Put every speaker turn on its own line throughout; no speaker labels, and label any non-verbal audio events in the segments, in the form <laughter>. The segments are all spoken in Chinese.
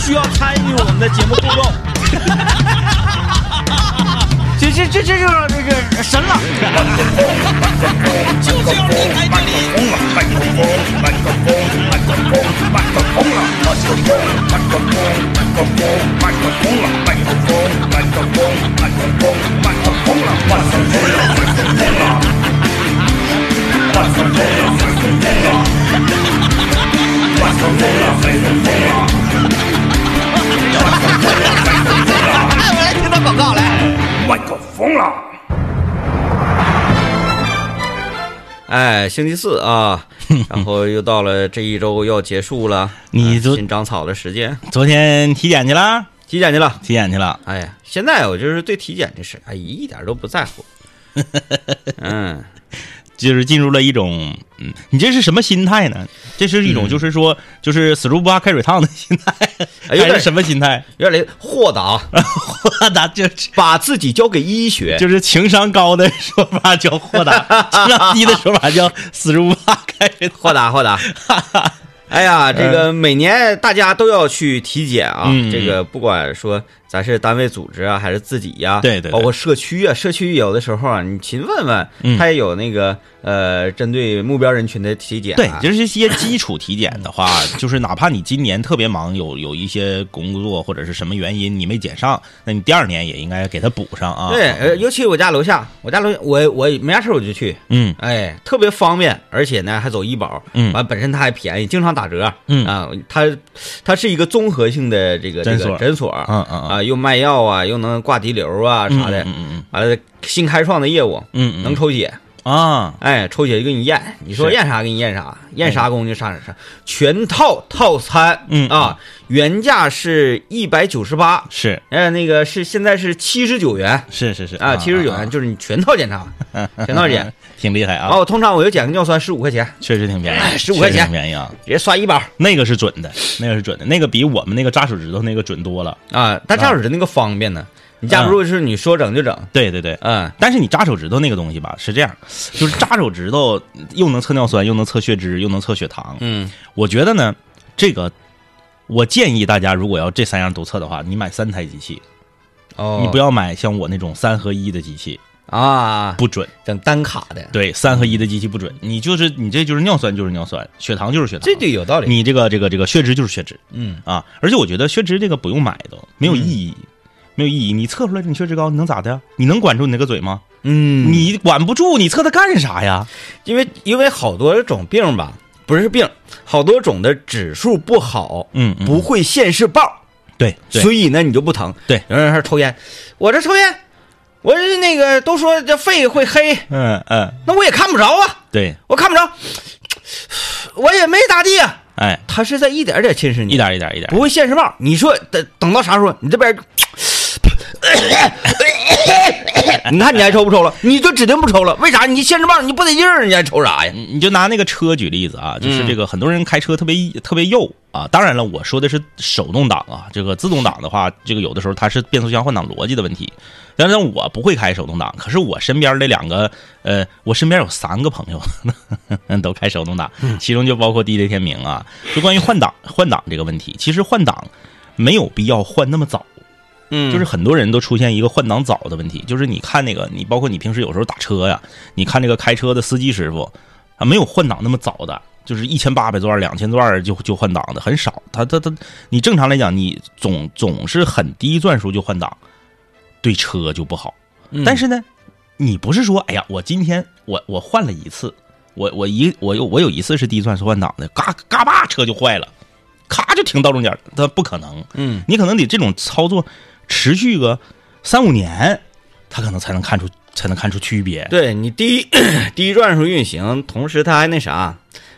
需要参与我们的节目互动。
这这这这就是这个神了。
就是要离开这里。
疯了，麦克风，麦克风，麦克风，麦克风了，麦克风，麦克风，麦克风，麦克风了，麦克风，麦克风，麦克风，麦克风了，麦克风了，麦克风了，麦克风了，麦克风了，麦克风了，麦克风了。
哎，我来听段广告来。
麦克风了。
哎，星期四
<laughs>
啊，然后又到了这一周要结束了，
你
呃
昨
新长草的时间，
昨天体检去了，
体检去了。
体检去了，
哎呀，现在我就是对体检这事，哎，一点都不在乎。嗯，
就是进入了一种，嗯，你这是什么心态呢？这是一种就是说，就是死猪不怕开水烫的心态，
哎有点
还是什么心态？ <laughs>
有点雷豁达，
豁达就是
把自己交给医学。
就是情商高的说法叫豁 <laughs> 达，情商低的说法叫死猪不怕开水烫。
豁达豁
<laughs>
达。哎呀，这个每年大家都要去体检啊，
嗯
这个不管说咱是单位组织啊，还是自己呀、
对对对
包括社区啊，社区有的时候啊，你勤问问，
嗯
它也有那个呃，针对目标人群的体检、啊。
对， <laughs> 就是一些基础体检的话，嗯就是哪怕你今年特别忙，有有一些工作或者是什么原因你没检上，那你第二年也应该给它补上啊。
对，呃，尤其我家楼下，我家楼我我没啥事儿我就去，
嗯
哎，特别方便，而且呢还走医保，
嗯
完本身它还便宜，经常打折，
嗯
啊，它它是一个综合性的这个这
诊
个
所
诊所，
嗯嗯嗯
啊，又卖药啊，又能挂滴流啊
嗯
啥的，
嗯嗯
完了新开创的业务，
嗯嗯
能抽血，
啊，
哎，抽血就给你验，你说
是
验啥给你验啥，验啥功就上啥，全套套餐，
嗯
啊，原价是一百九十八，
是
哎，那个是现在是七十九元。
是是是嗯
啊，七十九元就是你全套检查，全套检。
挺厉害
啊，
啊，
我通常我就检个尿酸十五块钱，
确实挺便宜，
15
确
哎块
实
钱
挺便宜啊，
直接刷医保
那个是准的，那个是准的，那个比我们那个扎手指头那个准多了。
啊。但这样式那个方便呢，你架不住是你说整就整，
对对对，
嗯，
但是你扎手指头那个东西吧，是这样，就是扎手指头又能测尿酸，又能测血脂，又能测血糖。
嗯，
我觉得呢，这个我建议大家，如果要这三样都测的话，你买三台机器，
哦，
你不
要
要买像我那种三合一的机器，
啊，
不准。
整单卡的，
对，三合一的机器不准，你就是你这就是尿酸就是尿酸，血糖就是血糖，
这就有道理。
你这个这个这个血脂就是血脂
嗯，
啊。而且我觉得血脂这个不用买都没有意义。没有意义，你测出来你血脂高，你能咋的呀？你能管住你那个嘴吗？
嗯，
你管不住，你测它干啥呀？
因为因为好多种病吧，不是病，好多种的指数不好，
嗯，嗯
不会显示报，
对，对
所以呢你就不疼。
对
有人说抽烟，我这抽烟，我这那个都说这肺会黑，
嗯嗯，
那我也看不着啊，
对，
我看不着，我也没咋地啊。
哎，
他是在一点点侵蚀你，
一点一点一点，
不会现实报。你说等等到啥时候，你这边， <coughs> 你看你还抽不抽了？你就指定不抽了，为啥？你现实报你不得劲儿，你还抽啥呀？
你你就拿那个车举例子啊，就是这个很多人开车特别特别右啊。当然了，我说的是手动挡啊，这个自动挡的话，这个有的时候它是变速箱换挡逻辑的问题。但是我不会开手动挡，可是我身边的两个呃，我身边有三个朋友 <laughs> 都开手动挡，其中就包括 DJ 天明啊。就关于换挡换挡这个问题，其实换挡没有必要换那么早。
嗯
就是很多人都出现一个换挡早的问题，就是你看那个，你包括你平时有时候打车呀，你看那个开车的司机师傅，啊，没有换挡那么早的，就是一千八百转、两千转就就换挡的很少。他他他，你正常来讲，你总总是很低转速就换挡，对车就不好。但是呢，你不是说，哎呀，我今天我我换了一次，我我一我有我有一次是低转速换挡的，嘎嘎巴车就坏了，咔就停道中间儿，它不可能。
嗯，
你可能得这种操作持续个三五年，他可能才能看出才能看出区别。
对你第一第一转速运行，同时它还那啥，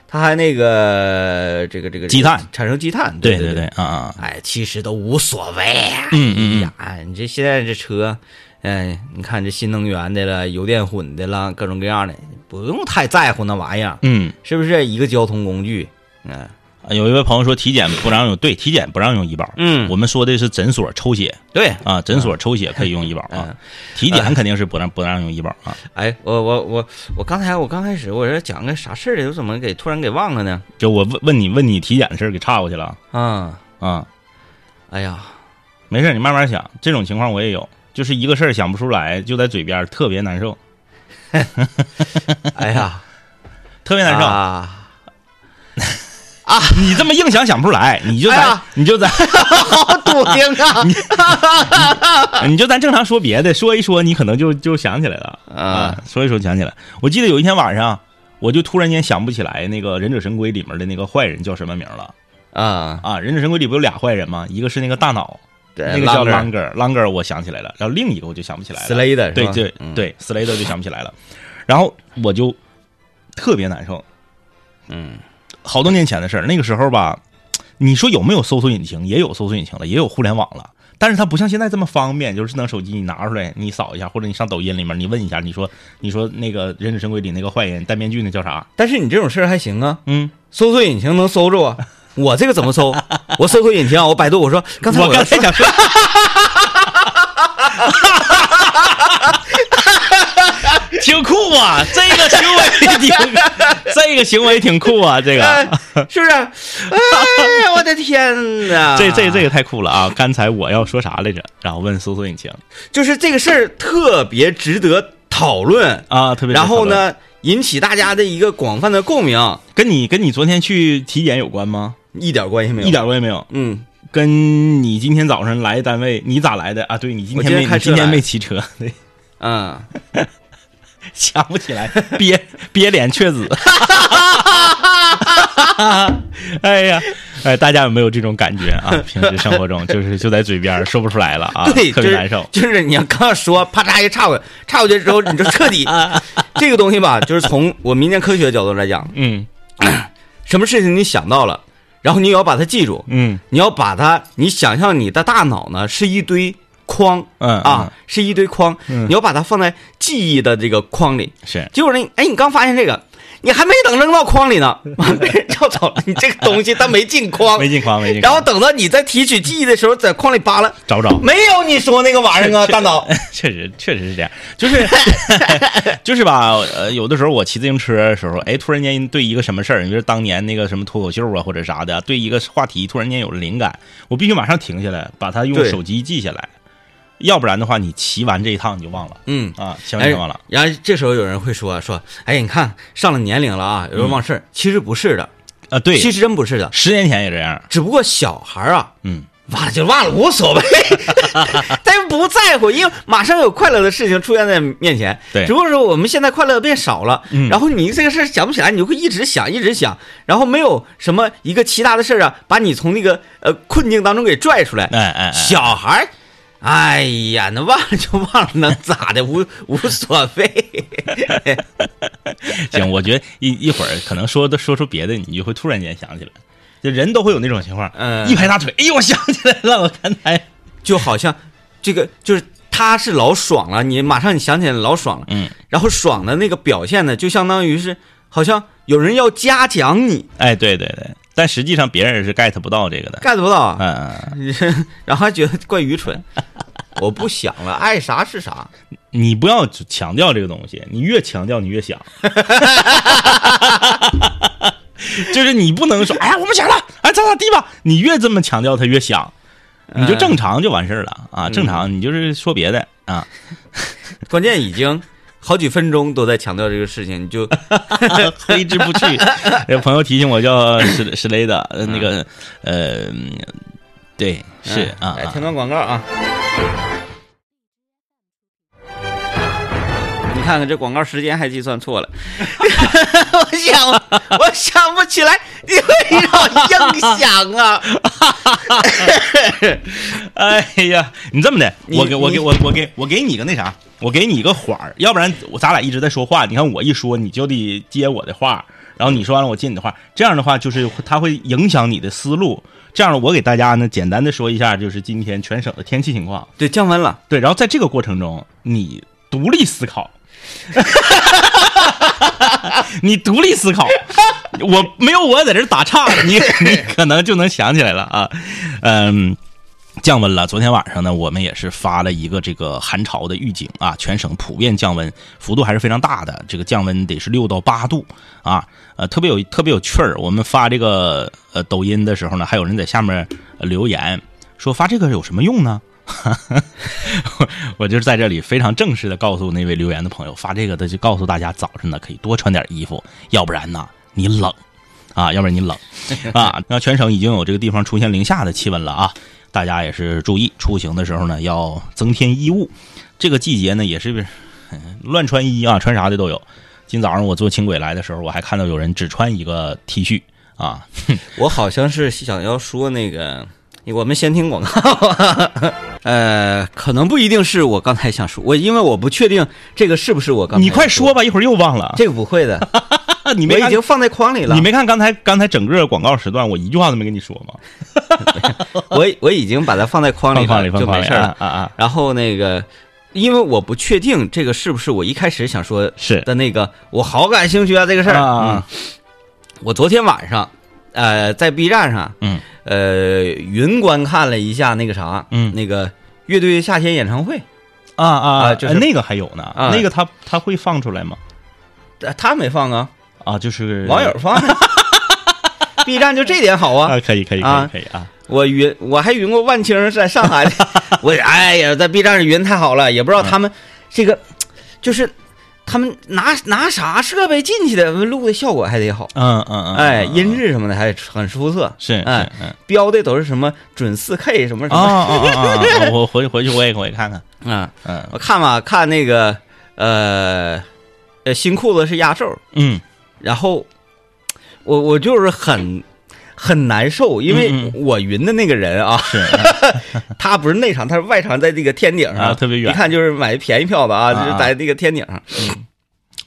它还那个这个这个
积碳
产生积碳，
对
对
对对，啊啊，
哎，其实都无所谓啊。
嗯嗯嗯
呀，你这现在这车，哎，你看这新能源的了，油电混的了，各种各样的，不用太在乎那玩意儿，
嗯。
是不是一个交通工具？嗯
有一位朋友说体检不让用，对，体检不让用医保。
嗯
我们说的是诊所抽血
对，
啊，诊所抽血可以用医保啊
嗯，
体检肯定是不让不让用医保啊。
哎，我我我我刚才我刚开始我这讲个啥事儿来着，我怎么给突然给忘了呢？
嗯就我问问你问你体检的事儿给岔过去了
啊，
啊，
哎呀，
没事，你慢慢想。这种情况我也有，就是一个事儿想不出来，就在嘴边儿，特别难受，
哎
<laughs>
呀，
特别难受。
啊！
你这么硬想想不出来，你就
哎
咱
呀
你就咱
好笃定啊！
你就咱正常说别的，说一说你可能就就想起来了
啊
啊，说一说想起来。我记得有一天晚上，我就突然间想不起来那个《忍者神龟》里面的那个坏人叫什么名了
<laughs> 啊，
啊，《忍者神龟》里不有俩坏人吗？一个是那个大脑，
对
那个叫
Langer
Langer，Langer 我想起来了，然后另一个我就想不起来了。
Slayer 是
对
吧
对
嗯
对，Slayer 就想不起来了，然后我就特别难受，
<laughs> 嗯，
好多年前的事儿，那个时候吧，你说有没有搜索引擎？也有搜索引擎了，也有互联网了，但是它不像现在这么方便，就是智能手机你拿出来，你扫一下，或者你上抖音里面你问一下，你说你说那个《忍者神龟》里那个坏人戴面具那叫啥？
但是你这种事儿还行啊，
嗯，
搜索引擎能搜着
<laughs>
我。我这个怎么搜？我搜索引擎啊，我百度，我说刚才
我
要
刚才想说， <laughs> 挺酷啊！这个行为挺， <laughs> 这个行为挺酷啊！这
<laughs> 哎
个，
是不是？哎呀，我的天哪！
<laughs> 这这这个太酷了啊！刚才我要说啥来着？然后问搜索引擎
就是这个事儿特别值得讨论，
啊，特别是
然后
讨论，
呢，引起大家的一个广泛的共鸣，
跟你跟你昨天去体检有关吗？
一点关系没有。
一，点关系没有。
嗯，
跟你今天早上来单位，你咋来的啊？对你今
我
天
今天
没
开
你
车
今天
来
没骑车，对，
啊，
想不起来， <laughs> 憋憋脸却紫。 <laughs> 哎呀，哎，大家有没有这种感觉
<laughs>
啊？平时生活中就是就在嘴边儿说不出来了啊，
对，
特
就
别
是
难受。
就是你要刚说，啪嚓一插过去，插过去之后，你就彻
<laughs>
底这个东西吧，就是从我民间科学的角度来讲，
嗯
什么事情你想到了，然后你也要把它记住，
嗯
你要把它，你想象你的大脑呢是一堆框。
嗯
啊，，是一堆框，
嗯
你要把它放在记忆的这个框里。
是
结果呢，哎，你刚发现这个，你还没等扔到框里呢， <laughs> 完被人叫走了。你这个东西它没进框
没，进框没进
然
框，
后等到你在提取记忆的时候，在框里扒拉，
找不着。
没有你说那个玩意儿啊，大
<laughs>
脑。
确实，确实是这样，就是 <laughs> 就是吧，呃，有的时候我骑自行车的时候，哎，突然间对一个什么事儿，你比如当年那个什么脱口秀啊或者啥的，对一个话题突然间有了灵感，我必须马上停下来，把它用
对
手机记下来，要不然的话，你骑完这一趟你就忘了
嗯，
啊，骑完
哎
就忘了。，
然后这时候有人会说说，哎，你看上了年龄了啊，有人忘事儿，其实不是的，
啊，嗯对，
其实真不是的，
十年前也这样，
只不过小孩儿啊，
嗯，
忘了就忘了，无所谓，
<laughs>
他不在乎，因为马上有快乐的事情出现在面前。
对
只不过是我们现在快乐变少了，
嗯
然后你这个事儿想不起来，你就会一直想，一直想，然后没有什么一个其他的事儿啊，把你从那个呃困境当中给拽出来。
哎哎哎，
小孩儿，哎呀，那忘了就忘了，能咋的？无无所谓。
<laughs> 行，我觉得一一会儿可能说的说出别的，你就会突然间想起来。就人都会有那种情况，
嗯
一拍大腿，哎呦，我想起来了，我刚才，
就好像这个就是他是老爽了，你马上你想起来老爽了，
嗯，
然后爽的那个表现呢，就相当于是好像有人要嘉奖你
哎，对对对，但实际上别人是 get 不到这个的。
，get 不到啊，
嗯，嗯嗯
然后还觉得怪愚
<laughs>
蠢。我不想了，爱啥是啥。
你不要强调这个东西，你越强调你越 <laughs> 想，就是你不能说，哎呀，我不想了，哎，咋咋地吧，你越这么强调，他越想，你就正常就完事儿了啊，正常，你就是说别的啊，
关键已经好几分钟都在强调这个事情，你就
<laughs> 挥之不去。有 <laughs> 朋友提醒我叫史史雷的，呃那个呃，嗯对，是
嗯
啊
来，
啊
听段广告啊。你看看这广告时间还计算错了，我想 <laughs> 我想不起来，你为啥硬想啊？
<laughs> 哎呀，你这么的，
你
我给我
你
给我我给我给你个那啥，我给你个缓儿，要不然我咱俩一直在说话，你看我一说你就得接我的话，然后你说完了我接你的话，这样的话就是它会影响你的思路。这样我给大家呢简单的说一下，就是今天全省的天气情况。
对，降温了，
对，然后在这个过程中，你独立思考， <laughs> 你独立思考，我没有我在这儿打岔，你你可能就能想起来了啊，嗯。降温了，昨天晚上呢，我们也是发了一个这个寒潮的预警啊，全省普遍降温，幅度还是非常大的，这个降温得是六到八度啊，呃，特别有特别有趣儿。我们发这个呃抖音的时候呢，还有人在下面、呃留言说发这个有什么用呢？我我就是在这里非常正式的告诉那位留言的朋友，发这个的就告诉大家，早上呢可以多穿点衣服，要不然呢你冷啊，要不然你冷啊。那全省已经有这个地方出现零下的气温了啊，大家也是注意出行的时候呢要增添衣物。这个季节呢也是嗯乱穿衣啊，穿啥的都有。今早上我坐轻轨来的时候，我还看到有人只穿一个 T 恤啊，
我好像是想要说那个，我们先听广告。 <laughs> 呃，可能不一定是我刚才想说，我因为我不确定这个是不是我刚才。
你快说
吧，
吧，一会儿又忘了。
这个不会的，
这你
我
没
已
看
经放在框里了。
你没看刚才刚才整个广告时段，我一句话都没跟你说吗？
我我已经把它放在框里
放
了，
放里，放
就
放
没
里
事了。
啊啊啊！
然后那个，因为我不确定这个是不是我一开始想说
是
的那个，我好感兴趣啊这个事儿。
啊
嗯我昨天晚上，呃，在 B 站上，
嗯，
呃，云观看了一下那个啥，
嗯
那个乐队夏天演唱会，
啊啊！
啊就是
哎那个还有呢，
啊
那个他他会放出来吗？
呃他没放啊，
啊，就是
网友放
<laughs>
的。B 站就这点好啊！
啊，可以可以可以
啊
可以啊！
我云我还云过万青儿在上
<laughs>
海的，我哎呀，在 B 站上云太好了，也不知道他
嗯
们这个就是他们拿拿啥设备进去的，录的效果还得好，
嗯嗯嗯，
哎，
嗯
音质什么的还很出色，
是是
哎，
嗯
标的都是什么准四 K 什么什
啊
么，
啊啊啊！啊我回回去我也我也看看，
嗯，
嗯
我看吧，看那个呃呃新裤子是压轴，
嗯
然后我我就是很。很难受，因
嗯
为
嗯
我云的那个人啊，
是嗯
他不是内场，他是外场，在那个天顶上，
啊特别远
一看就是买便宜票的啊，
啊
就是在那个天顶上
嗯，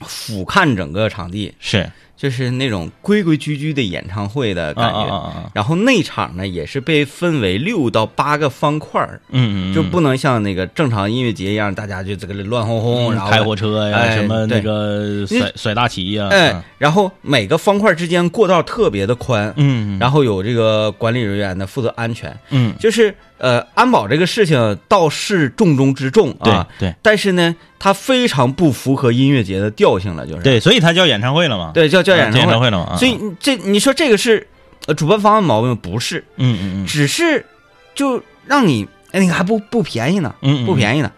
俯瞰整个场地，
是
就是那种规规矩矩的演唱会的 <laughs>
啊
感
啊
觉。
啊啊！
然后内场呢，也是被分为六到八个方块儿，
嗯嗯，
就不能像那个正常音乐节一样，大家就在这里乱哄哄，然后
嗯开火车呀，
哎
什么
对
那个
你
甩甩大旗呀，
哎，然后每个方块之间过道特别的宽，
嗯，嗯，
然后有这个管理人员呢负责安全，
嗯，
就是呃安保这个事情倒是重中之重
对
啊，
对
但是呢，它非常不符合音乐节的调性了，就是
对，所以他叫演唱会了嘛，
对叫叫
啊
演
叫演
唱
唱
会，
会了嘛，啊
所以你这你说这个是呃主办方的毛病吗不是，
嗯嗯嗯
只是就让你哎那个还不不便宜呢，
嗯嗯
不便宜呢。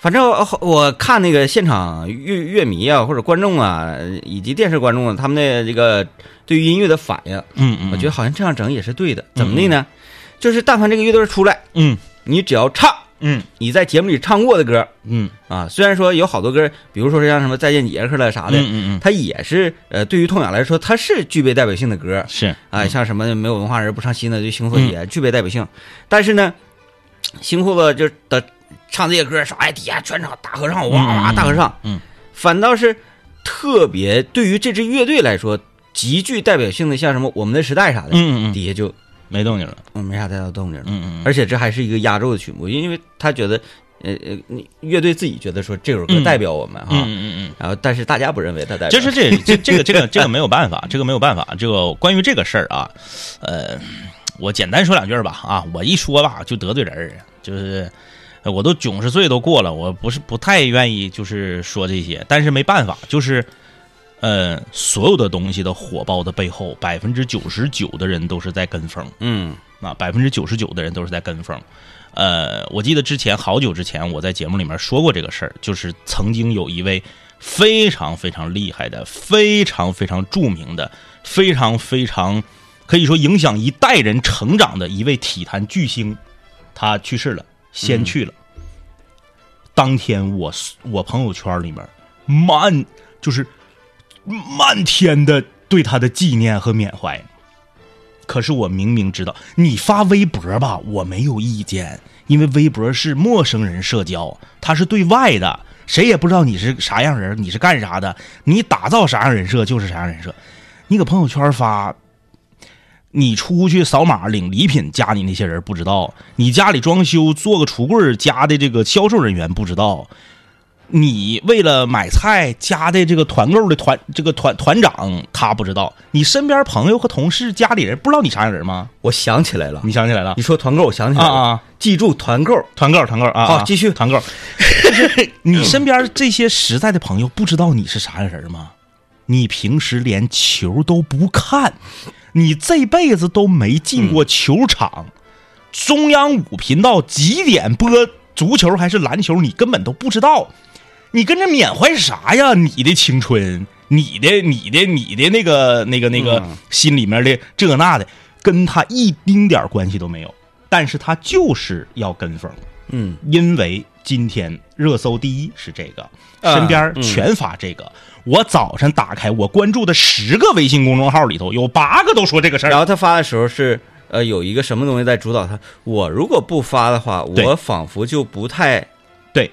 反正呃后我看那个现场乐乐迷啊，或者观众啊，以及电视观众啊，他们的这个对于音乐的反应，
嗯嗯，
我觉得好像这样整也是对的。怎么
嗯
的
嗯
呢？就是但凡这个乐队出来，
嗯
你只要唱
嗯
你在节目里唱过的歌，
嗯
啊，虽然说有好多歌，比如说像什么《再见杰克》了啥的，
嗯嗯嗯，
它也是呃，对于痛痒来说，它是具备代表性的歌
嗯是
啊，像什么没有文化人不唱新的就星座也
嗯
具备代表性，但是呢，新裤子就的唱这些歌，说哎底下全场大合唱，哇哇
嗯嗯
大合唱，
嗯
反倒是特别对于这支乐队来说极具代表性的，像什么我们的时代啥的，
嗯嗯嗯，
底下就
没动静了，
嗯没啥太大动静了。
嗯嗯，
而且这还是一个压轴的曲目，因为他觉得，呃呃，你乐队自己觉得说这首歌代表我们哈，
嗯嗯嗯。
然后但是大家不认为它代表，
就是这这这个这个这个没有办法，这个没有办法。这个关于这个事儿啊，呃，我简单说两句儿吧啊，我一说吧就得罪人儿，就是呃我都九十岁都过了，我不是不太愿意就是说这些，但是没办法，就是呃，所有的东西的火爆的背后，百分之九十九的人都是在跟风。
嗯
啊，百分之九十九的人都是在跟风。呃，我记得之前好久之前我在节目里面说过这个事儿，就是曾经有一位非常非常厉害的、非常非常著名的、非常非常可以说影响一代人成长的一位体坛巨星，他去世了，先去了。当天我我朋友圈里面满就是漫天的对他的纪念和缅怀。可是我明明知道，你发微博吧，我没有意见，因为微博是陌生人社交，它是对外的，谁也不知道你是啥样人，你是干啥的，你打造啥样人设就是啥样人设。你搁朋友圈发，你出去扫码领礼品，加你那些人不知道；你家里装修做个橱柜儿加的这个销售人员不知道；你为了买菜加的这个团购的团这个团团长他不知道；你身边朋友和同事、家里人不知道你啥样人吗？
我想起来了，
你想起来了
你说团购，我想起
啊
来了，
啊！
嗯记住团购，
团购，团购啊！啊
好继续
团购。就是你身边这些实在的朋友，不知道你是啥样人吗？你平时连
嗯
球都不看，你这辈子都没进过球场，中央五频道几点播足球还是篮球，你根本都不知道，你跟着缅怀啥呀？你的青春，你的你的你的那个那个那个心里面的这那的，跟他一丁点儿关系都没有。但是他就是要跟风，
嗯，
因为今天热搜第一是这个，
啊
身边全发这个。我早上打开我关注的十个微信公众号里头，有八个都说这个事儿
然。后他发的时候是呃有一个什么东西在主导他，我如果不发的话，
对
我仿佛就不太
对，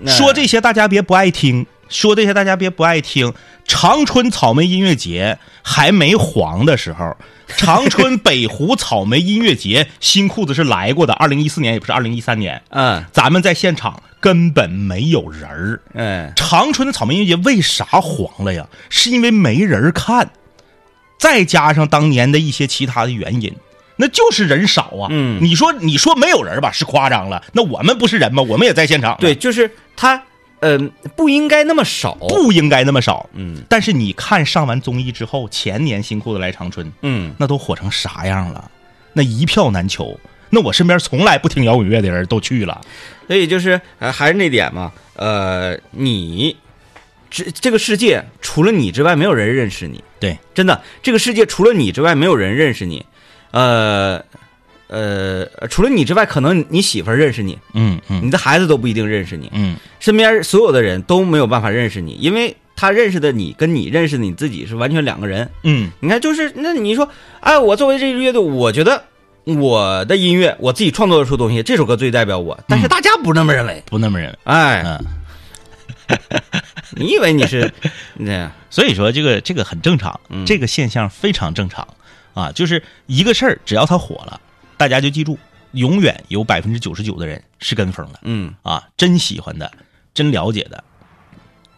那
说这些大家别不爱听，说这些大家别不爱听。长春草莓音乐节还没黄的时
<laughs>
候，长春北湖草莓音乐节新裤子是来过的，二零一四年也不是二零一三年，
嗯
咱们在现场根本没有人儿。
嗯
长春的草莓音乐节为啥黄了呀？是因为没人儿看，再加上当年的一些其他的原因，那就是人少啊。
嗯
你说你说没有人儿吧，是夸张了。那我们不是人吗？我们也在现场。
对，，就是他嗯、不应该那么少，
不应该那么少。
嗯
但是你看上完综艺之后，前年新裤子来长春，
嗯
那都火成啥样了？那一票难求。那我身边从来不听摇滚乐的人都去了，
所以就是呃还是那点嘛，呃，你这这个世界除了你之外，没有人认识你。
对，
真的，这个世界除了你之外，没有人认识你。呃呃，除了你之外，可能你媳妇儿认识你，
嗯嗯
你的孩子都不一定认识你，
嗯，
身边所有的人都没有办法认识你，因为他认识的你跟你认识的你自己是完全两个人。
嗯
你看，就是那你说，哎，我作为这支乐队，我觉得我的音乐我自己创作出东西，这首歌最代表我，但是大家不那么认为。
不那么认为。
哎，
嗯，
你以为你 <laughs> 是那样？
所以说这个这个很正常，这个现象非常正常啊，就是一个事儿，只要它火了，大家就记住，永远有百分之九十九的人是跟风的
嗯，
啊，真喜欢的，真了解的，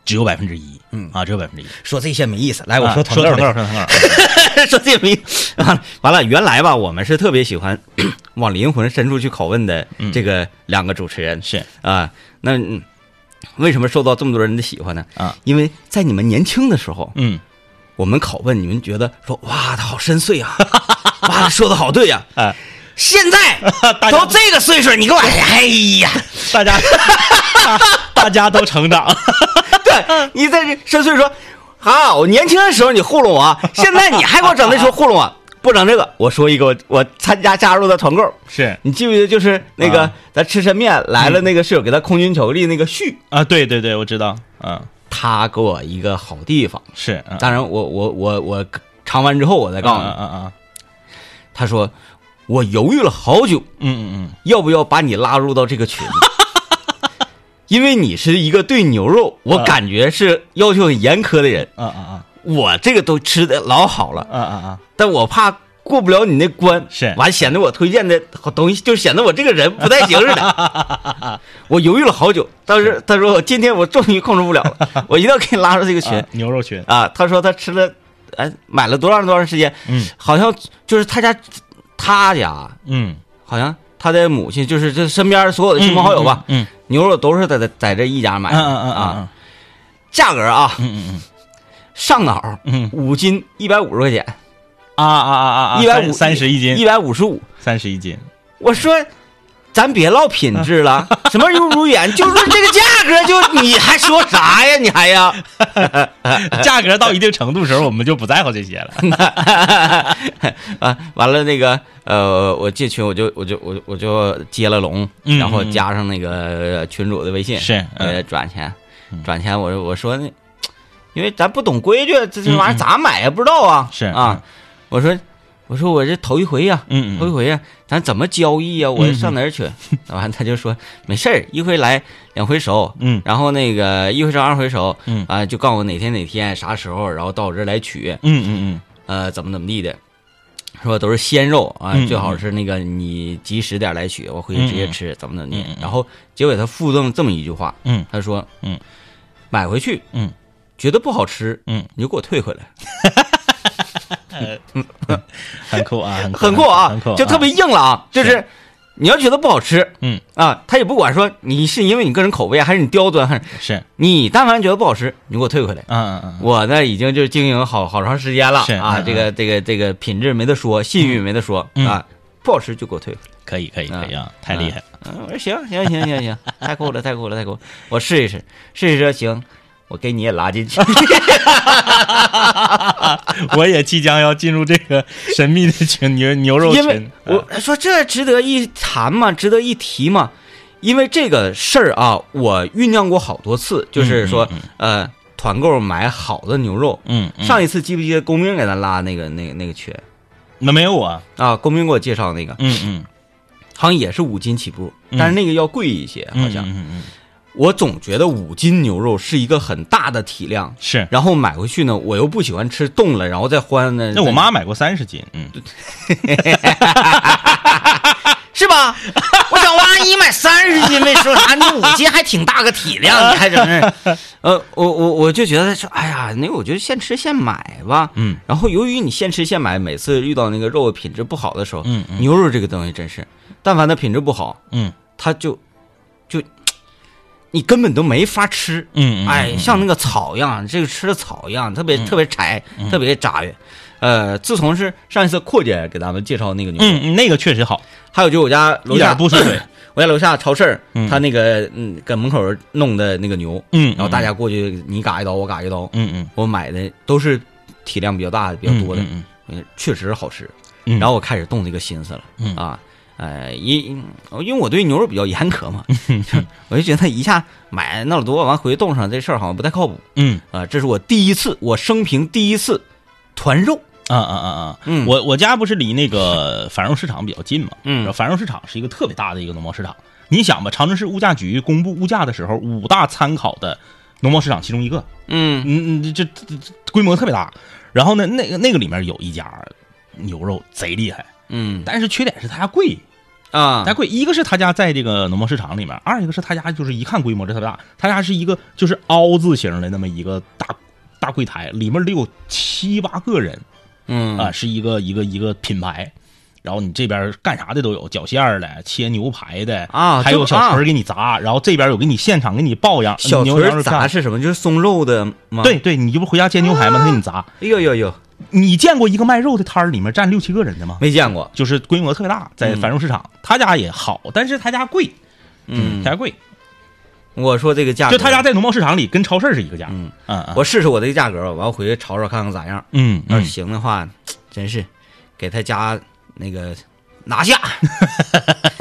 只有百分之一，嗯啊，只有百分之一。
说这些没意思。来，我
啊
说
说
团购的
团购，说团
<laughs>
购，
说这没意思完了完了，原来吧，我们是特别喜欢 <coughs> 往灵魂深处去拷问的这个两个主持人
是
啊。那嗯为什么受到这么多人的喜欢呢？
啊，
因为在你们年轻的时候，
嗯
我们拷问你们觉得说哇，他好深邃啊，哇，他说的好对 <laughs> 呀、
啊，
现在 <laughs>
大家
都这个岁数，你给我哎呀，
大家 <laughs> 大家都成长了，
<laughs> 对你在这深邃说，啊，我年轻的时候你糊弄我啊，现在你还给我整那时候糊弄我，不整这个，我说一个我我参加加入的团购，
是
你记不记得就是那个、
啊嗯
咱吃抻面来了那个室友给他空军巧克力那个旭，
啊，对对对，我知道，嗯，
他给我一个好地方，
是，嗯
当然我我我我尝完之后我再告诉你，
嗯嗯
他说我犹豫了好久。
嗯嗯
要不要把你拉入到这个群？ <laughs> 因为你是一个对牛肉，我
啊
感觉是要求很严苛的人。
嗯嗯
我这个都吃的老好了，
嗯嗯嗯，
但我怕过不了你那关，
是
完显得我推荐的好东西，就显得我这个人不太行似的。
<laughs>
我犹豫了好久，但是他说今天我终于控制不了
<laughs>
了，我一定要给你拉入这个群
啊牛肉群，
啊。他说他吃了，哎，买了多长多长时间，
嗯
好像就是他家，他家
嗯，
好像他的母亲就是这身边所有的亲朋好友吧，
嗯
牛肉都是在在在这一家买
嗯
的
嗯嗯
啊
嗯，
价格啊
嗯嗯嗯
上脑
嗯
五斤一百五十块钱，
啊啊啊啊，
一百五
三十一
一
斤，
百五十五。
三十
<laughs>
一斤，
我说，咱别唠品质
<laughs>
了，什么如如远，就是这个价格，就你还说啥呀？你还呀？
价格到一定程度时候，我们就不在乎这些了。
<laughs> 哎啊，完了那个呃，我进群我就我就我就我就接了龙，
嗯
然后
嗯嗯
加上那个群主的微信，
是嗯
呃转钱，转钱我我说那，因为咱不懂规矩，这这玩意
嗯
儿
嗯
咋买呀？不知道啊，
是
啊
嗯，
我说我说我这头一回呀。
嗯
头一
嗯
回呀，咱怎么交易呀？啊我
嗯嗯
上哪儿去？ <laughs> 完，他就说没事儿，一回来两回熟，
嗯
然后那个一回生二回熟，
嗯
啊，就告诉我哪天哪天啥时候，然后到我这儿来取，
嗯嗯
呃，怎么怎么地的，说都是鲜肉啊，
嗯
最好是那个你及时点来取，我回去直接吃，怎么怎么地
嗯嗯。嗯
然后结尾他附赠这么一句话，
嗯
他说，
嗯，
买回去，
嗯，
觉得不好吃，
嗯，
你就给我退回来，
很酷啊，很
很
酷
酷啊
很酷，，
就特别硬了啊，就是你要觉得不好吃
嗯
啊，他也不管说你是因为你个人口味啊，还是你刁钻，还是
是，
你但凡觉得不好吃，你给我退回来。
嗯嗯
我呢已经就是经营好好长时间了
是
啊，
嗯
这个这个这个品质没得说，信誉没得说
嗯
啊，不好吃就给我退回来。
可以可以可以啊，太厉害了，
嗯，我说行行行行行，太酷了太酷了太酷了，我试一试试一试行，我给你也拉进去。
<laughs> 我也即将要进入这个神秘的群牛牛肉
因为
群，啊嗯
我说这值得一谈吗？值得一提吗？因为这个事儿啊，我酝酿过好多次，就是说，
嗯
呃，团购买好的牛肉。
嗯，嗯
上一次记不记得公明给咱拉那个那个那个群
那没有我，
啊？公明给我介绍那个，
嗯嗯，
好像也是五斤起步，
嗯
但是那个要贵一些，好像。
嗯嗯嗯嗯
我总觉得五斤牛肉是一个很大的体量，
是。
然后买回去呢，我又不喜欢吃冻了，然后再欢呢。
那我妈买过三十斤，嗯，
是吧？ <laughs> 我想我阿姨买三十斤没说啥，你五斤还挺大个体量，你还整
<laughs>
这？呃，我我我就觉得说，哎呀，那个我就现吃现买吧。
嗯，
然后由于你现吃现买，每次遇到那个肉品质不好的时候，
嗯
牛肉这个东西真是，但凡它品质不好，
嗯
它就就你根本都没法吃。
嗯，嗯嗯
哎，，像那个草一样，这个吃的草一样，特别、特别柴，特别扎人。呃，自从是上一次阔姐给咱们介绍那个牛肉，
嗯嗯，那个确实好，
还有就我家楼
一
下
点不是水，
我家楼下超市，
嗯
他那个嗯，搁门口弄的那个牛，
嗯，
然后大家过去你嘎一刀，我嘎一刀，
嗯，嗯
我买的都是体量比较大的、比较
嗯，
多的，
嗯
嗯确实好吃。
嗯
然后我开始动这个心思了，
嗯
啊，呃，因因为我对牛肉比较严格
<laughs>
嘛，我就觉得一下买那么多，完回去冻上这事儿好像不太靠谱
嗯
啊。这是我第一次，我生平第一次团肉，
啊啊啊啊！我我家不是离那个繁荣市场比较近嘛，
嗯
然后繁荣市场是一个特别大的一个农贸市场。你想吧，长春市物价局公布物价的时候，五大参考的农贸市场其中一个，
嗯
嗯嗯，这这这规模特别大。然后呢，那个那个里面有一家牛肉贼厉害，
嗯
但是缺点是他家贵，
啊
他，贵，一个是他家在这个农贸市场里面，二一个是他家就是一看规模就特别大，他家是一个就是凹字形的那么一个大大柜台，里面得有七八个人
嗯
啊、是一个一个一个品牌。然后你这边干啥的都有，绞馅儿的、切牛排的
啊
还有
这
小锤儿给你砸。然后这边有给你现场给你爆羊
小
牛
锤
羊肉
儿
片儿
砸是什么？就是松肉的吗？
对，对，你这不回家煎牛排吗？他给你砸。
哎呦呦呦，
你见过一个卖肉的摊儿里面站六七个人的吗？
没见过，
就是规模特别大，在繁荣市场，他家也好，但是他家贵，
嗯
他家贵，
我说这个价格，
就他家在农贸市场里跟超市是一个价。
嗯
嗯嗯
我试试我这个价格吧，完我回去瞅瞅看看咋样。
嗯
要是
嗯
行的话，真是给他家那个拿
<laughs>
下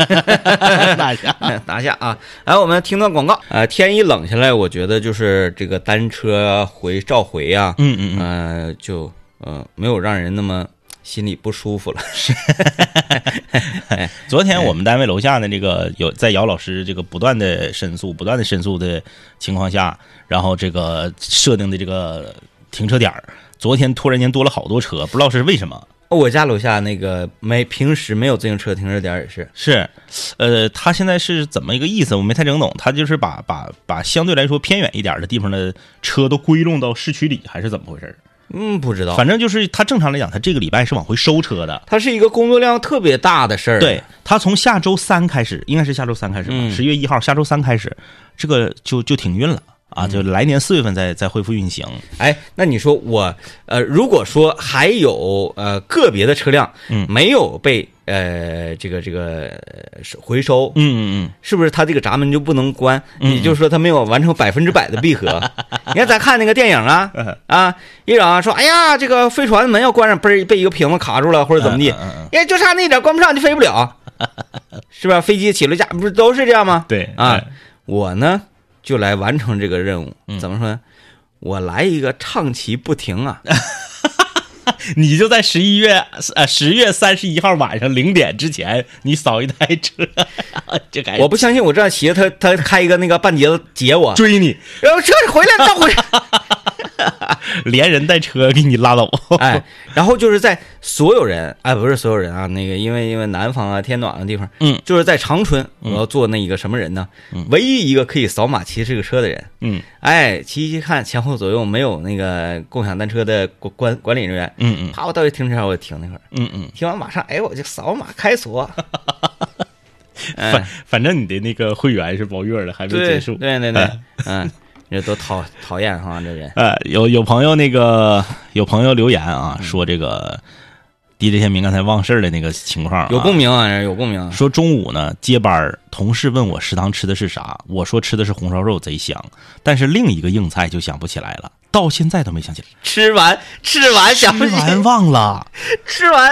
那家
<laughs> 拿下啊！来，我们听段广告。呃，天一冷下来，我觉得就是这个单车回召回啊，
嗯嗯嗯，
呃，就呃没有让人那么心里不舒服了。 <laughs>
昨天我们单位楼下的这个有在姚老师这个不断的申诉、不断的申诉的情况下，然后这个设定的这个停车点儿，昨天突然间多了好多车，不知道是为什么。
我家楼下那个没平时没有自行车停车点儿也是，
是，呃，他现在是怎么一个意思？我没太整懂。他就是把把把相对来说偏远一点的地方的车都归拢到市区里，还是怎么回事儿？
嗯，不知道。
反正就是他正常来讲，他这个礼拜是往回收车的。
它是一个工作量特别大的事儿。
对，他从下周三开始，应该是下周三开始吧，
嗯
十、月一号，下周三开始，这个就就停运了啊，就来年四月份再再恢复运行。
哎，那你说我呃，如果说还有呃个别的车辆，
嗯
没有被呃这个这个呃收回收，
嗯嗯
是不是它这个闸门就不能关？
嗯
也就是说，它没有完成百分之百的闭合。你看咱看那个电影啊
嗯
啊，一嚷啊说，哎呀，这个飞船门要关上，嘣儿被一个屏幕卡住了，或者怎么地
嗯嗯嗯嗯，
哎，就差那点关不上就飞不
<laughs>
了，是吧？飞机起落架不是都是这样吗？
<laughs> 对
啊
哎，
我呢就来完成这个任务，怎么说呢？我来一个唱旗不停啊！
嗯，你就在十一月呃十月三十一号晚上零点之前，你扫一台车， <laughs> 这个还
我不相信我这样骑着他，他开一个那个半截子截我，
追你，
然后车回来倒回来，
<laughs> 连人带车给你拉走。
哎，然后就是在所有人，哎，不是所有人啊，那个因为因为南方啊天暖的地方，
嗯，
就是在长春，我要做那一个什么人呢？唯一一个可以扫码骑这个车的人，
<laughs> 嗯
哎，骑骑看前后左右没有那个共享单车的管管管理人员，
嗯嗯
啪，我到一停车场我就停那会儿，
嗯嗯，
停完马上，哎，我就扫码开 <laughs> 锁，
反反正你的那个会员是包月的，还没
哎对
结束。
对对对
哎，
嗯，这多讨讨厌哈，这人，嗯
呃，有有朋友那个有朋友留言啊，说这个 DJ 天明刚才忘事儿的那个情况、
有共。鸣啊，有共鸣啊。
说中午呢接班儿，同事问我食堂吃的是啥，我说吃的是红烧肉，贼香。但是另一个硬菜就想不起来了，到现在都没想起来。
<laughs> 吃完吃完想不
吃
起，
完忘了，
吃完，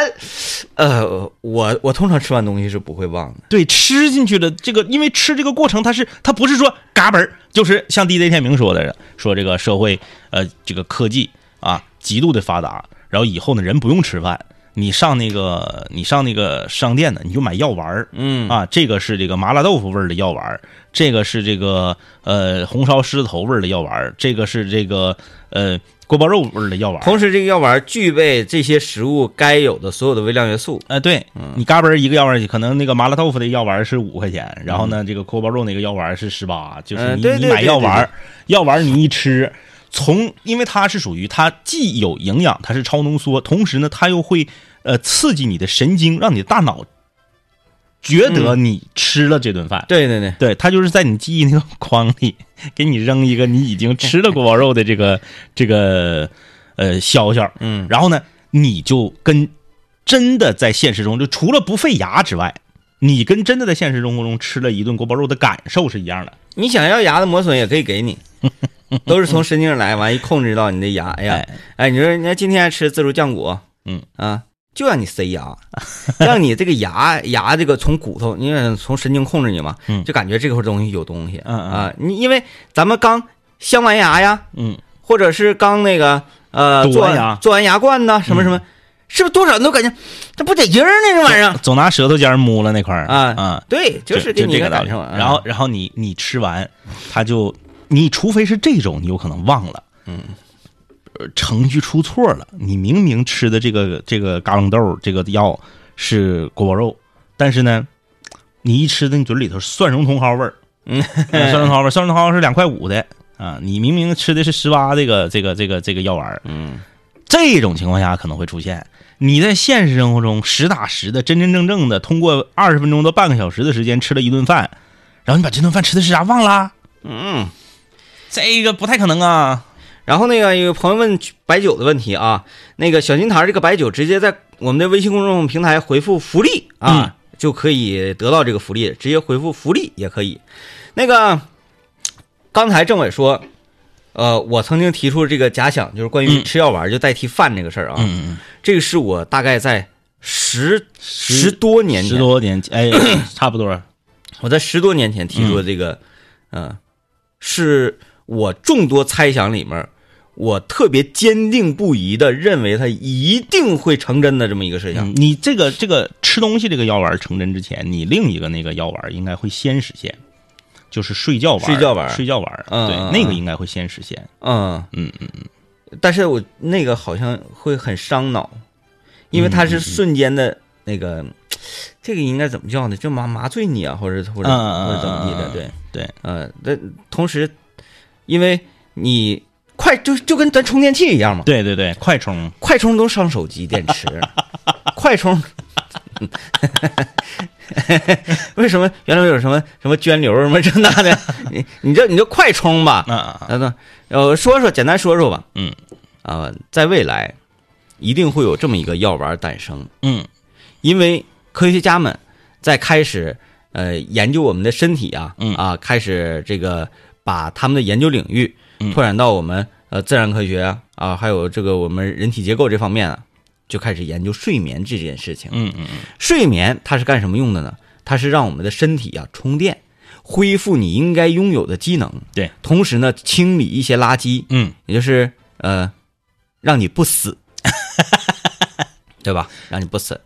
呃，我我通常吃完东西是不会忘的。
对，吃进去的这个，因为吃这个过程，它是它不是说嘎嘣儿，就是像 DJ 天明说的，说这个社会呃这个科技啊极度的发达，然后以后呢人不用吃饭，你上那个你上那个商店呢，你就买药丸儿，
嗯
啊，这个是这个麻辣豆腐味儿的药丸儿，这个是这个呃红烧狮子头味儿的药丸儿，这个是这个呃锅包肉味儿的药丸儿。
同时，这个药丸具备这些食物该有的所有的微量元素。
呃，对
嗯
你嘎嘣儿一个药丸儿，可能那个麻辣豆腐的药丸儿是五块钱，然后呢，这个锅包肉那个药丸儿是十八，就是
嗯
你
对
你
对
买
对
药
对
丸
对
儿，药丸儿你一吃，从因为它是属于它既有营养，它是超浓缩，同时呢，它又会呃刺激你的神经，让你的大脑觉得
嗯
你吃了这顿饭，
对对对，
对，它就是在你记忆那个框里给你扔一个你已经吃了锅包肉的这个这个呃消消，
嗯，
然后呢，你就跟真的在现实中，就除了不费牙之外，你跟真的在现实生活中吃了一顿锅包肉的感受是一样的。
你想要牙的磨损也可以给
<laughs>
你，都是从神经上来，完一控制到你的牙。哎呀，哎，你说人家今天吃自助酱骨，
嗯
啊，就让你塞牙，让你这个牙牙这个从骨头，你看从神经控制你嘛，
嗯
就感觉这块东西有东西，
嗯嗯
啊，你因为咱们刚镶完牙呀，
嗯，
或者是刚那个呃
堵
做
完牙嗯
做完牙冠呐，什么什么，是不是多少你都感觉这不得劲儿呢？这玩意儿，
总拿舌头尖儿摸了那块儿
啊
啊，
对，
就是
给
就
你
这
一
个道
感
理。
受啊。
然后然后你你吃完，它就你除非是这种，你有可能忘了。嗯。程序出错了，你明明吃的这个这个嘎嘣豆这个药是锅包肉，但是呢，你一吃，那嘴里头是蒜蓉茼蒿味儿， <laughs>
嗯
呃蒜蓉茼蒿味儿，蒜蓉茼蒿是两块五的啊，你明明吃的是十八这个这个这个这个药丸儿，
嗯，
这种情况下可能会出现。你在现实生活中实打实的、真真正正的通过二十分钟到半个小时的时间吃了一顿饭，然后你把这顿饭吃的是啥忘了，
嗯，
这个不太可能啊。
然后那个有朋友问白酒的问题啊，那个小金坛这个白酒直接在我们的微信公众平台回复福利啊，
嗯
就可以得到这个福利，直接回复福利也可以。那个刚才政委说。呃，我曾经提出这个假想，就是关于
嗯
吃药丸儿就代替饭这个事儿啊。
嗯，
这个是我大概在十
十
十多年前，
十多年，哎，差不多。
我在十多年前提出的这个，嗯、是我众多猜想里面，我特别坚定不移的认为它一定会成真的这么一个事情。
嗯，你这个这个吃东西这个药丸成真之前，你另一个那个药丸应该会先实现，就是睡觉丸。
睡觉丸
睡觉丸，
嗯嗯嗯
对，那个应该会先实现。
嗯
嗯
嗯嗯。但是我那个好像会很伤脑，因为它
嗯
是瞬间的那个，这个应该怎么叫呢？就麻麻醉你啊，或者或者、
嗯嗯嗯
或者怎么地
嗯嗯
的？对
对，
呃，但同时，因为你快就就跟咱充电器一样嘛，
对对对，快充。
快充都上手机电池，快充。 <laughs> 为什么原来有什么什么涓流什么这那的？你你这你就快充吧。
啊啊，啊
等等，呃，说说简单说说吧。
嗯
啊、在未来一定会有这么一个药丸诞生，
嗯
因为科学家们在开始呃研究我们的身体啊，
嗯
啊，开始这个把他们的研究领域
嗯
拓展到我们呃自然科学啊啊，还有这个我们人体结构这方面啊，就开始研究睡眠这件事情。
嗯嗯嗯，
睡眠它是干什么用的呢？它是让我们的身体啊充电，恢复你应该拥有的机能。
对，
同时呢，清理一些垃圾，
嗯，
也就是呃，让你不死， <laughs> 对吧？让你不死。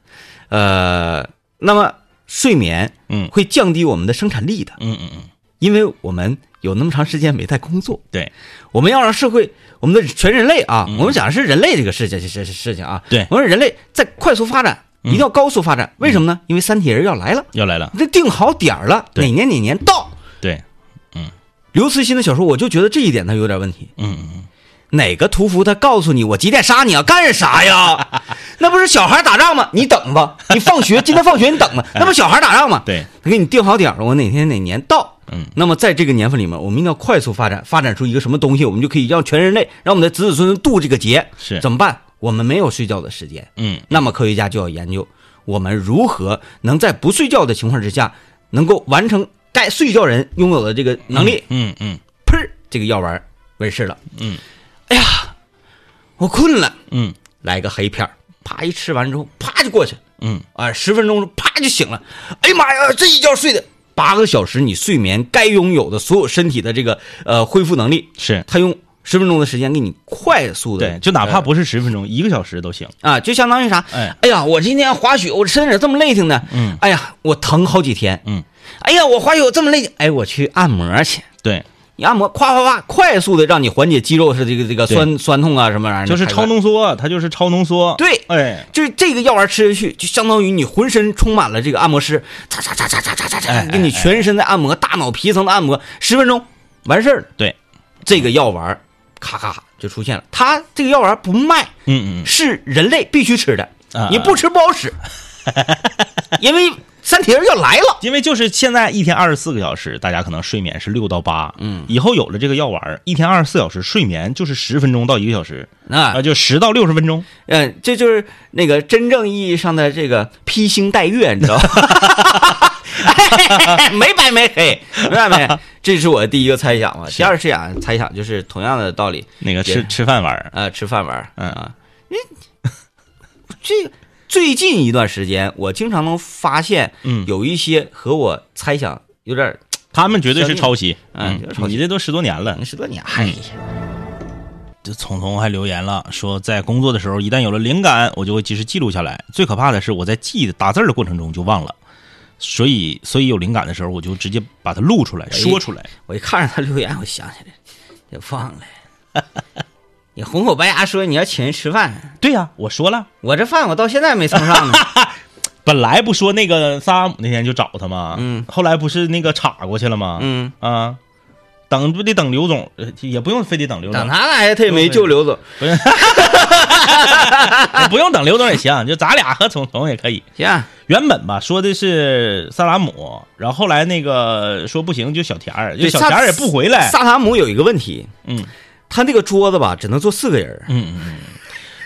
呃，那么睡眠
嗯
会降低我们的生产力的，
嗯嗯嗯，
因为我们有那么长时间没在工作。
对，
我们要让社会，我们的全人类啊，
嗯
我们讲的是人类这个事情，这这这事情啊，
对嗯
我们人类在快速发展，一定要高速发展，为什么呢？因为三体人要来了，
要来了。
那定好点儿了，
对
哪年哪年到。
对，
刘慈欣的小说，我就觉得这一点他有点问题。
嗯嗯
哪个屠夫他告诉你我几点杀你啊？干啥呀？那不是小孩打仗吗？你等吧，你放学今天放学你等吧，那不是小孩打仗吗
嗯，？对，
他给你定好点儿，我哪天哪年到。
嗯，
那么在这个年份里面，我们一定要快速发展，发展出一个什么东西，我们就可以让全人类，让我们的子子孙孙渡这个劫。
是
怎么办？我们没有睡觉的时间，
嗯
那么科学家就要研究我们如何能在不睡觉的情况之下，能够完成该睡觉人拥有的这个能力。
嗯嗯
砰儿，这个药丸儿问世了。
嗯，
哎呀，我困了，
嗯
来个黑片儿，啪一吃完之后，啪就过去了。
嗯
啊，十分钟啪就醒了。哎呀妈呀，这一觉睡的八个小时，你睡眠该拥有的所有身体的这个呃恢复能力，
是
他用十分钟的时间给你快速的，
对，就哪怕不是十分钟，一个小时都行。
啊，就相当于啥？
哎
哎呀，我今天滑雪，我身上这么累挺的，
嗯，
哎呀，我疼好几天，
嗯，
哎呀，我滑雪我这么累挺，哎，我去按摩去。
对，
你按摩，夸夸夸，快速的让你缓解肌肉是这个这个
对
酸酸痛啊什么玩意儿的，
就是
开
超
关，
浓缩，它就是超浓缩。
对
哎，
就是这个药丸吃下去，就相当于你浑身充满了这个按摩师，嚓嚓嚓嚓嚓嚓嚓
哎哎
嚓，给你全身的按摩，大脑皮层的按摩，十分钟完事儿了。
对，
这个药丸，咔咔就出现了，它这个药丸不卖，
嗯嗯
是人类必须吃的
啊，
你不吃不好
<laughs>
使，因为三体人要来了。
因为就是现在一天二十四个小时，大家可能睡眠是六到八，嗯，以后有了这个药丸儿，一天二十四小时睡眠就是十分钟到一个小时，
啊
啊，，就十到六十分钟，
嗯，这就是那个真正意义上的这个披星戴月，你知道吧？ <laughs> 没白没黑，明白没？这是我第一个猜想嘛。第二是想猜想就是同样的道理，
那个
也
吃吃饭玩儿，
呃，吃饭玩儿，
嗯
啊，你这个最近一段时间，我经常能发现，
嗯
有一些和我猜想有点儿
他们绝对是抄袭，
嗯
嗯
就是抄，袭
你这都十多年了。
十多年，哎呀，
这聪聪还留言了，说在工作的时候，一旦有了灵感，我就会及时记录下来。最可怕的是，我在记打字儿的过程中就忘了，所以所以有灵感的时候，我就直接把它录出来，哎说出来。
我一看着他留言，我想起来，也忘了。 <laughs> 你红口白牙说你要请人吃饭，
对呀、我说了，
我这饭我到现在没蹭上呢。
本来不说那个萨拉姆那天就找他吗？
嗯，
后来不是那个岔过去了吗？
嗯，
啊，等不得等刘总，呃也不用非得等刘总
等，他来，他也没救刘总。
哎不用等刘总也行，就咱俩和聪聪也可以。
行啊，
原本吧说的是萨拉姆，然后后来那个说不行就小田儿，就
对
小
萨
田儿也不回来。
萨达姆有一个问题，
哎嗯
他那个桌子吧，只能坐四个人儿。
嗯嗯，嗯，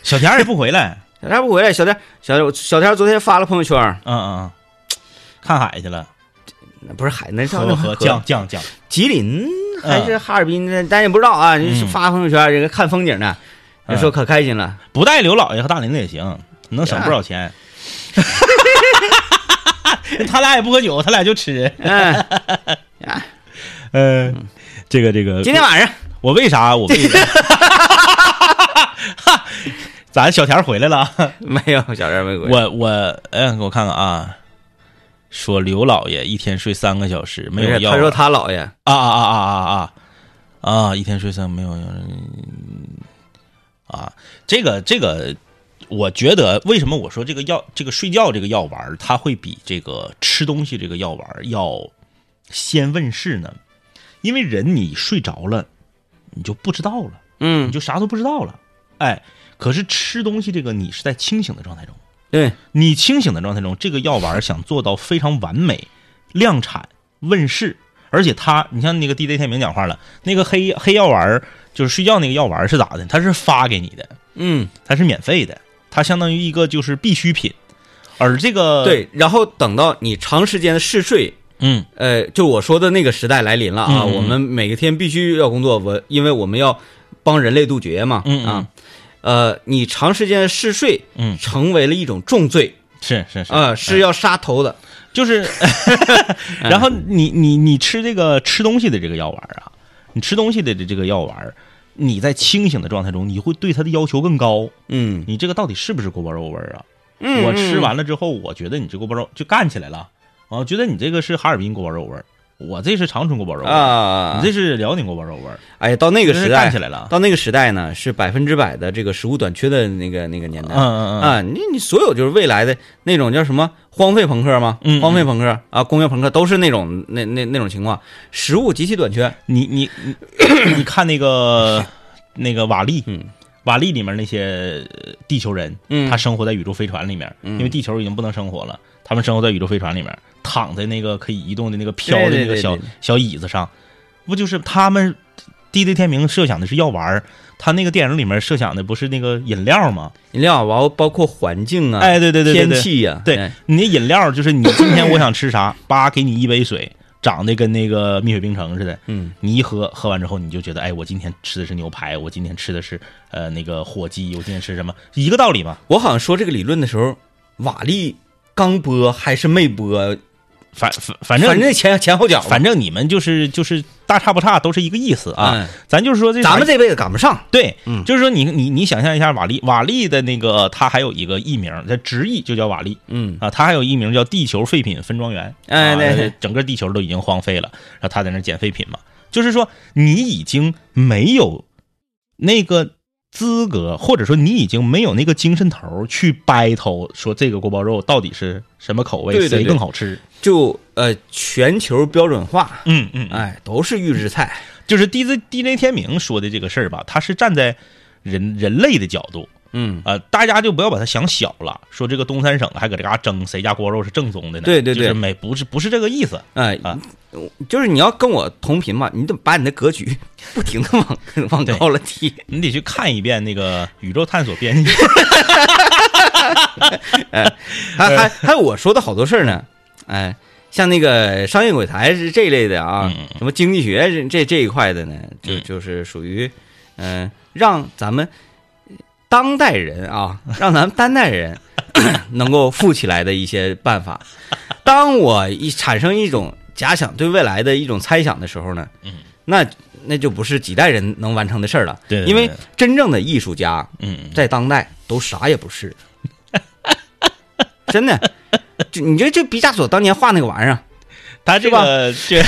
小田儿也不回来。 <laughs>
小天不回来，小天，小天，小天昨天发了朋友圈儿，
嗯嗯，嗯看海去了，
那不是海南上
和嗯
那
和
河
降降降。
吉林还是哈尔滨的，咱也不知道啊。就是发朋友圈儿，人家看风景呢，人说可开心了。
不带刘老爷和大林子也行，能省不少钱。 <laughs> 他俩也不喝酒，他俩就吃。
嗯，
嗯、这个这个，
今天晚上 <laughs>
我为啥我为 <laughs> 咱小田儿回来了，
没有小天没回来。
我我哎，我看看啊，说刘老爷一天睡三个小时，没
不
有
是
药
哎他说
啊
他姥爷
啊啊啊啊啊啊，一天睡三没有药嗯啊，这个这个，我觉得为什么我说这个药这个睡觉这个药丸儿，它会比这个吃东西这个药丸儿要先问世呢？因为人你睡着了，你就不知道了。你
嗯，
就啥都不知道了。哎，可是吃东西这个，你是在清醒的状态中，
对，
你清醒的状态中，这个药丸儿想做到非常完美、量产、问世，而且它，你像那个 DJ 天明讲话了，那个黑黑药丸儿就是睡觉那个药丸儿是咋的？它是发给你的，
嗯，
它是免费的，它相当于一个就是必需品。而这个，
对。然后等到你长时间的嗜睡，
嗯，
呃，就我说的那个时代来临了啊，
嗯嗯嗯
我们每个天必须要工作，我因为我们要帮人类杜绝嘛，
嗯嗯
啊，呃，你长时间的嗜睡，
嗯哎
成为了一种重罪
是是是
啊、是要杀头的，
呃就是， <laughs> 然后你你 <laughs> 你吃这个吃东西的这个药丸儿啊，你吃东西的这这个药丸儿，你在清醒的状态中，你会对它的要求更高。
嗯
你这个到底是不是锅包肉味儿啊？
嗯，
我吃完了之后，我觉得你这锅包肉就干起来了啊，觉得你这个是哈尔滨锅包肉味儿，我这是长春锅包肉味儿，
啊
你，这是辽宁锅包肉味儿，
哎呀，到那个
这
时
是
代
干起来了。
到那个时代呢，是百分之百的这个食物短缺的那个那个年代，
嗯嗯嗯
啊，你你所有就是未来的那种叫什么荒废朋克吗？
嗯嗯
荒废朋克啊，工业朋克都是那种那那那种情况，食物极其短缺。
你你你你看
<laughs>
那个那个瓦力，
嗯
瓦力里面那些呃地球人，
嗯
他生活在宇宙飞船里面，因为地球已经不能生活了，他们生活在宇宙飞船里面，躺在那个可以移动的那个飘的那
对对
个
对
小
对
小椅子上，不就是他们地雷天明设想的是药丸儿，他那个电影里面设想的不是那个饮料吗？
饮料包包括环境啊，
哎，对对对对
天
对，
气呀，
对
哎，
你那饮料就是你今天我想吃啥，叭给你一杯水，长得跟那个蜜雪冰城似的，
嗯，
你一喝喝完之后你就觉得，哎，我今天吃的是牛排，我今天吃的是呃那个火鸡，我今天吃什么，一个道理嘛。
我好像说这个理论的时候，瓦力刚播还是没播，
反反反正
反正前前后脚吧，
反正你们就是就是大差不差，都是一个意思啊。
嗯
咱就是说这
咱们这辈子赶不上，
对，
嗯
就是说你你你想象一下瓦力，瓦力的那个他还有一个艺名，他直译就叫瓦力。
嗯，
啊，他还有一名叫“地球废品分装园”，
哎
啊
对对
整个地球都已经荒废了，然后他在那儿捡废品嘛，就是说你已经没有那个资格，或者说你已经没有那个精神头儿去 battle 说这个锅包肉到底是什么口味，
对对
谁
对
更好吃？
就呃全球标准化，
嗯嗯，嗯
哎，都是预制菜，
就是 DJ DJ 天明说的这个事儿吧，他是站在人人类的角度，
嗯，
呃，大家就不要把它想小了，说这个东三省还搁这嘎争谁家锅肉是正宗的呢？
对对
就
对
是没不是不是这个意思。
哎
啊，
就是你要跟我同频嘛，你得把你的格局不停的往往高了提，
你得去看一遍那个《宇宙探索编辑》
还还还有我说的好多事儿呢，哎，像那个商业鬼才是这一类的啊，
嗯
什么经济学这这这一块的呢，就
嗯
就是属于，嗯、让咱们当代人啊，让咱们当代人 <clears throat> 能够富起来的一些办法。当我一产生一种假想对未来的一种猜想的时候呢，
嗯，
那那就不是几代人能完成的事儿了，
<laughs> 对对对
因为真正的艺术家，
嗯，
在当代都啥也不是， <laughs> 真的。就你这这毕加索当年画那个玩意儿，啊
他这个 <laughs> 这，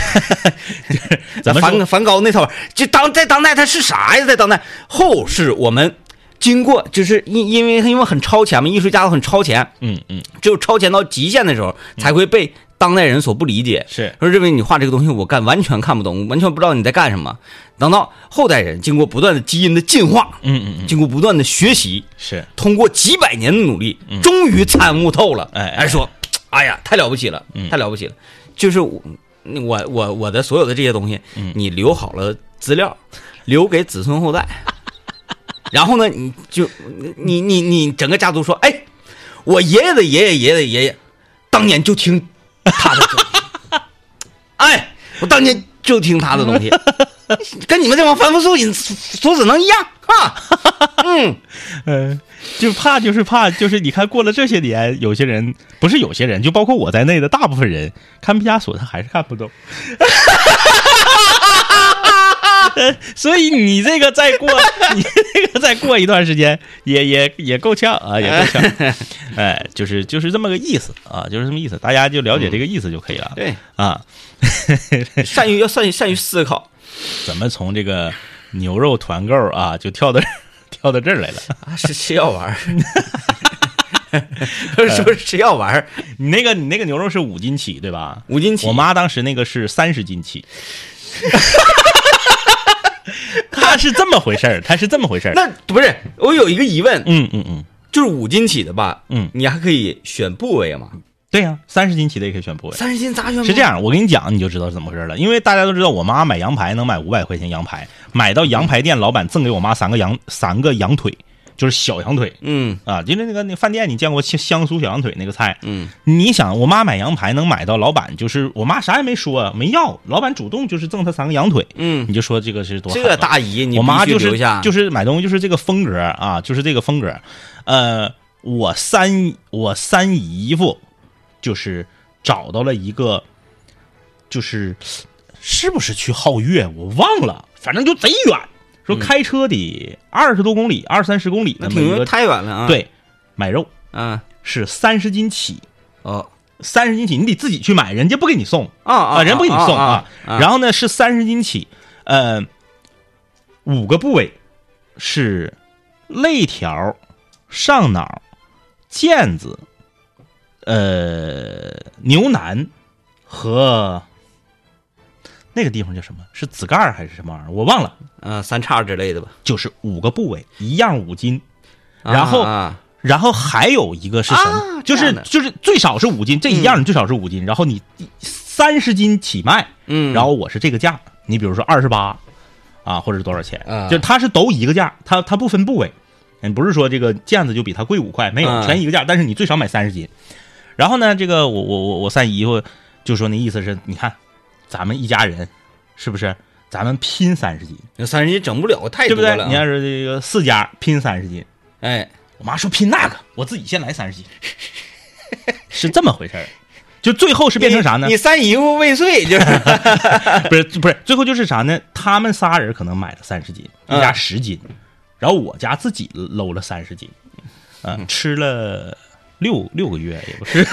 咱们
梵
说
梵高那套玩意儿，就当在当代它是啥呀？在当代后世我们经过就是因因为因为很超前嘛，艺术家都很超前，
嗯嗯
只有超前到极限的时候才会被当代人所不理解。
是
说认为你画这个东西，我干完全看不懂，完全不知道你在干什么。等到后代人经过不断的基因的进化，
嗯嗯嗯
经过不断的学习，
是
通过几百年的努力，终于参悟透了。
嗯哎哎嗯
还说，哎呀，太了不起了，太了不起了！就是我我我我的所有的这些东西，
嗯
你留好了资料，留给子孙后
<laughs>
代。然后呢，你就你你你整个家族说，哎，我爷爷的爷爷爷爷的爷爷，当年就听他的东西，
<laughs>
哎，我当年就听他的东西，跟你们这帮凡夫俗子俗子能一样啊？嗯。
嗯，就怕就是怕就是你看过了这些年，有些人不是有些人，就包括我在内的大部分人看毕加索，他还是看不懂。 <laughs> 所以你这个再过，你这个再过一段时间，也也也够呛啊，也够呛。哎，就是就是这么个意思啊，就是这么意思，大家就了解这个意思就可以了。
对，
啊，
善于要善于善于思考，
怎么从这个牛肉团购啊，就跳到 <laughs> 跳到这儿来了？
啊，是吃药丸儿， <laughs> 是不是吃药丸儿？
你那个你那个牛肉是五斤起对吧？
五斤起，
我妈当时那个是三十
<laughs>
斤起。它是这么回事儿，它是这么回事儿。
那不是我有一个疑问，
嗯嗯嗯，
就是五斤起的吧？
嗯
你还可以选部位吗？
对呀、3三十斤起的也可以选部位。
三十斤咋选？
是这，样，我跟你讲，你就知道是怎么回事了。因为大家都知道，我妈买羊排能买五百块钱羊排，买到羊排店老板赠给我妈三个羊三个羊腿，就是小羊腿
嗯
啊，因为那个那个饭店你见过香香酥小羊腿那个菜，
嗯，
你想，我妈买羊排能买到，老板就是我妈啥也没说，没要，老板主动就是赠她三个羊腿，
嗯
你就说这个是多好
这
了
个大姨你
我妈
必须
就是
留下，
就是是买东西就是这个风格啊，就是这个风格，呃，我三我三姨夫就是找到了一个，就是是不是去皓月我忘了，反正就贼远，说开车得二十多公里，二三十公里
嗯那
那么一
挺
个，
太远了啊。，
对，买肉
嗯
是三十斤起。
哦
三十斤起，你得自己去买，人家不给你送
啊啊，
人不给你送
啊。啊
然后呢是三十斤起，呃，五个部位是肋条、上脑、毽子、呃牛腩和那个地方叫什么？是子盖儿还是什么玩意儿？我忘了，
嗯，三叉之类的吧。
就是五个部位，一样五斤。
啊
然后
啊
然这样的还有一个是什么？
啊
就
这
是
样的
就是最少是五斤，这一样最少是五斤，然后你三十斤起卖，
嗯，
然后我是这个价，你比如说二十八，啊，或者是多少钱，
啊
就是它是都一个价，它它不分部位，嗯，不是说这个毽子就比它贵五块，没有，
啊
全一个价，但是你最少买三十斤。然后呢，这个我我我我三姨夫就说那意思是，你看咱们一家人是不是？咱们拼三十斤，
那三十斤整不了，太多
对不对
了。？啊
你要，是这个四家拼三十斤，
哎，
我妈说拼那个，我自己先来三十斤， <laughs> 是这么回 <laughs> 事儿。就最后是变成啥呢
你？你三姨夫未遂，就是
<laughs> 不是不是，最后就是啥呢？他们仨人可能买了三十斤，一
嗯
家十斤，然后我家自己搂了三十斤，嗯、吃了六六个月也不 <laughs> 是。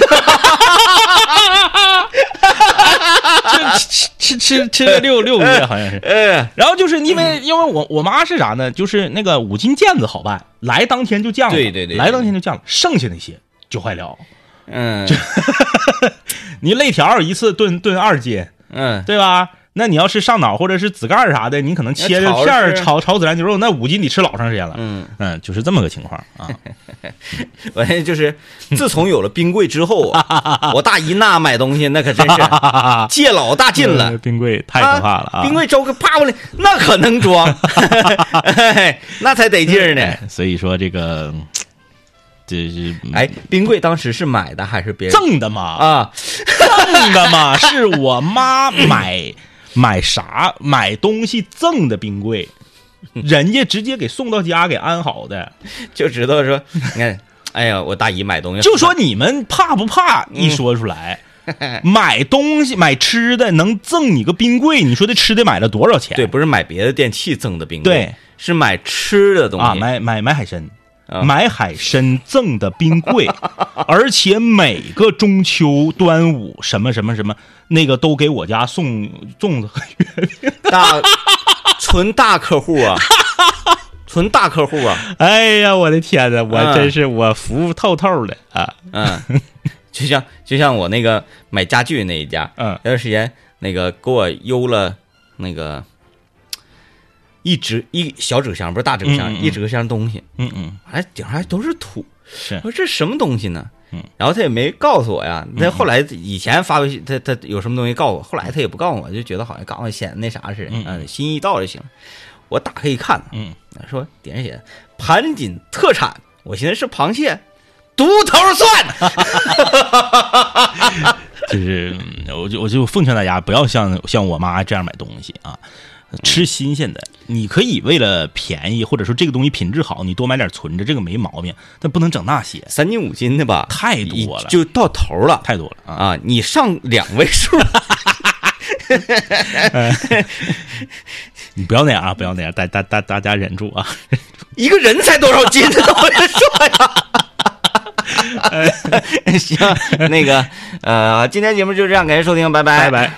吃吃吃吃吃了六六个月好像是，
哎，
然后就是因为因为我我妈是啥呢？就是那个五斤毽子好办，来当天就降了，
对对对
来当天就降了，剩下那些就坏了。
嗯
你肋条一次炖炖二斤，
嗯，
对吧？那你要是上脑或者是紫盖儿啥的，你可能切着片
炒
儿
着吃
炒炒孜然牛肉，那五斤你吃老长时间了。
嗯
就是这么个情况啊。 <laughs>
完了哎就是，自从有了冰柜之后啊，我大姨那买东西那可真
<laughs>
是借老大劲了
呃。冰柜太可怕了啊！
冰柜周个啪过来，那可能
<laughs>
装，哎那才得劲儿呢。
哎所以说这个嗯这是嗯
哎，冰柜当时是买的还是别人
赠的嘛，
啊？
赠的嘛， <laughs> 是我妈买买啥买东西赠的冰柜，人家直接给送到家给安
<laughs>
好的。
就知道说，你看，哎呀，我大姨买东西
就说你们怕不怕？一说出来，
嗯
买东西买吃的能赠你个冰柜，你说这吃的买了多少钱？
对，不是买别的电器赠的冰柜，
对，
是买吃的东西
啊，
<laughs>
买买买海参，
啊
买海参赠的
<laughs>
冰柜，而且每个中秋、端午什么什么什么，那个都给我家送粽子和月饼。
大纯大客户
<laughs>
啊，纯大客户啊，
哎呀，我的天哪，我
嗯
真是我服透透的啊！
嗯，就像就像我那个买家具那一家，
嗯
有段时间那个给我邮了那个一纸一小纸箱，不是大纸箱，
嗯嗯嗯
一纸箱东西，
嗯嗯，
完了顶上还都是土，
是
我说这什么东西呢？
嗯，
然后他也没告诉我呀。那后来以前发微信，他他有什么东西告诉我，后来他也不告诉我，就觉得好像告诉我显得那啥似的，
嗯
嗯、心意到就行了。我打开一看，
嗯，
说顶上写的盘锦特产，我寻思是螃蟹，独头蒜，
就是嗯我就我就奉劝大家不要像像我妈这样买东西啊，吃新鲜的。你可以为了便宜或者说这个东西品质好，你多买点存着，这个没毛病，但不能整那些，
三斤五斤的吧，
太多了
已就到头了。
太多了啊。
啊，你上两位数， <laughs>
你不要那样啊，不要那样，大大大大家忍住啊。
一个人才多少斤？我就说
<laughs> 哎
<laughs> 呀。行，那个，呃，今天节目就这样，感谢收听，拜拜，
拜拜。